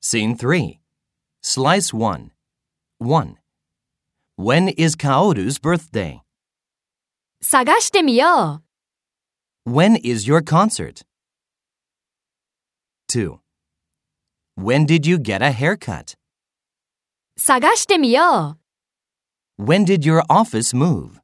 Scene 3. Slice 1. 1. When is Kaoru's birthday? 探してみよ When is your concert? 2. When did you get a haircut? う探してみよう When did your office move?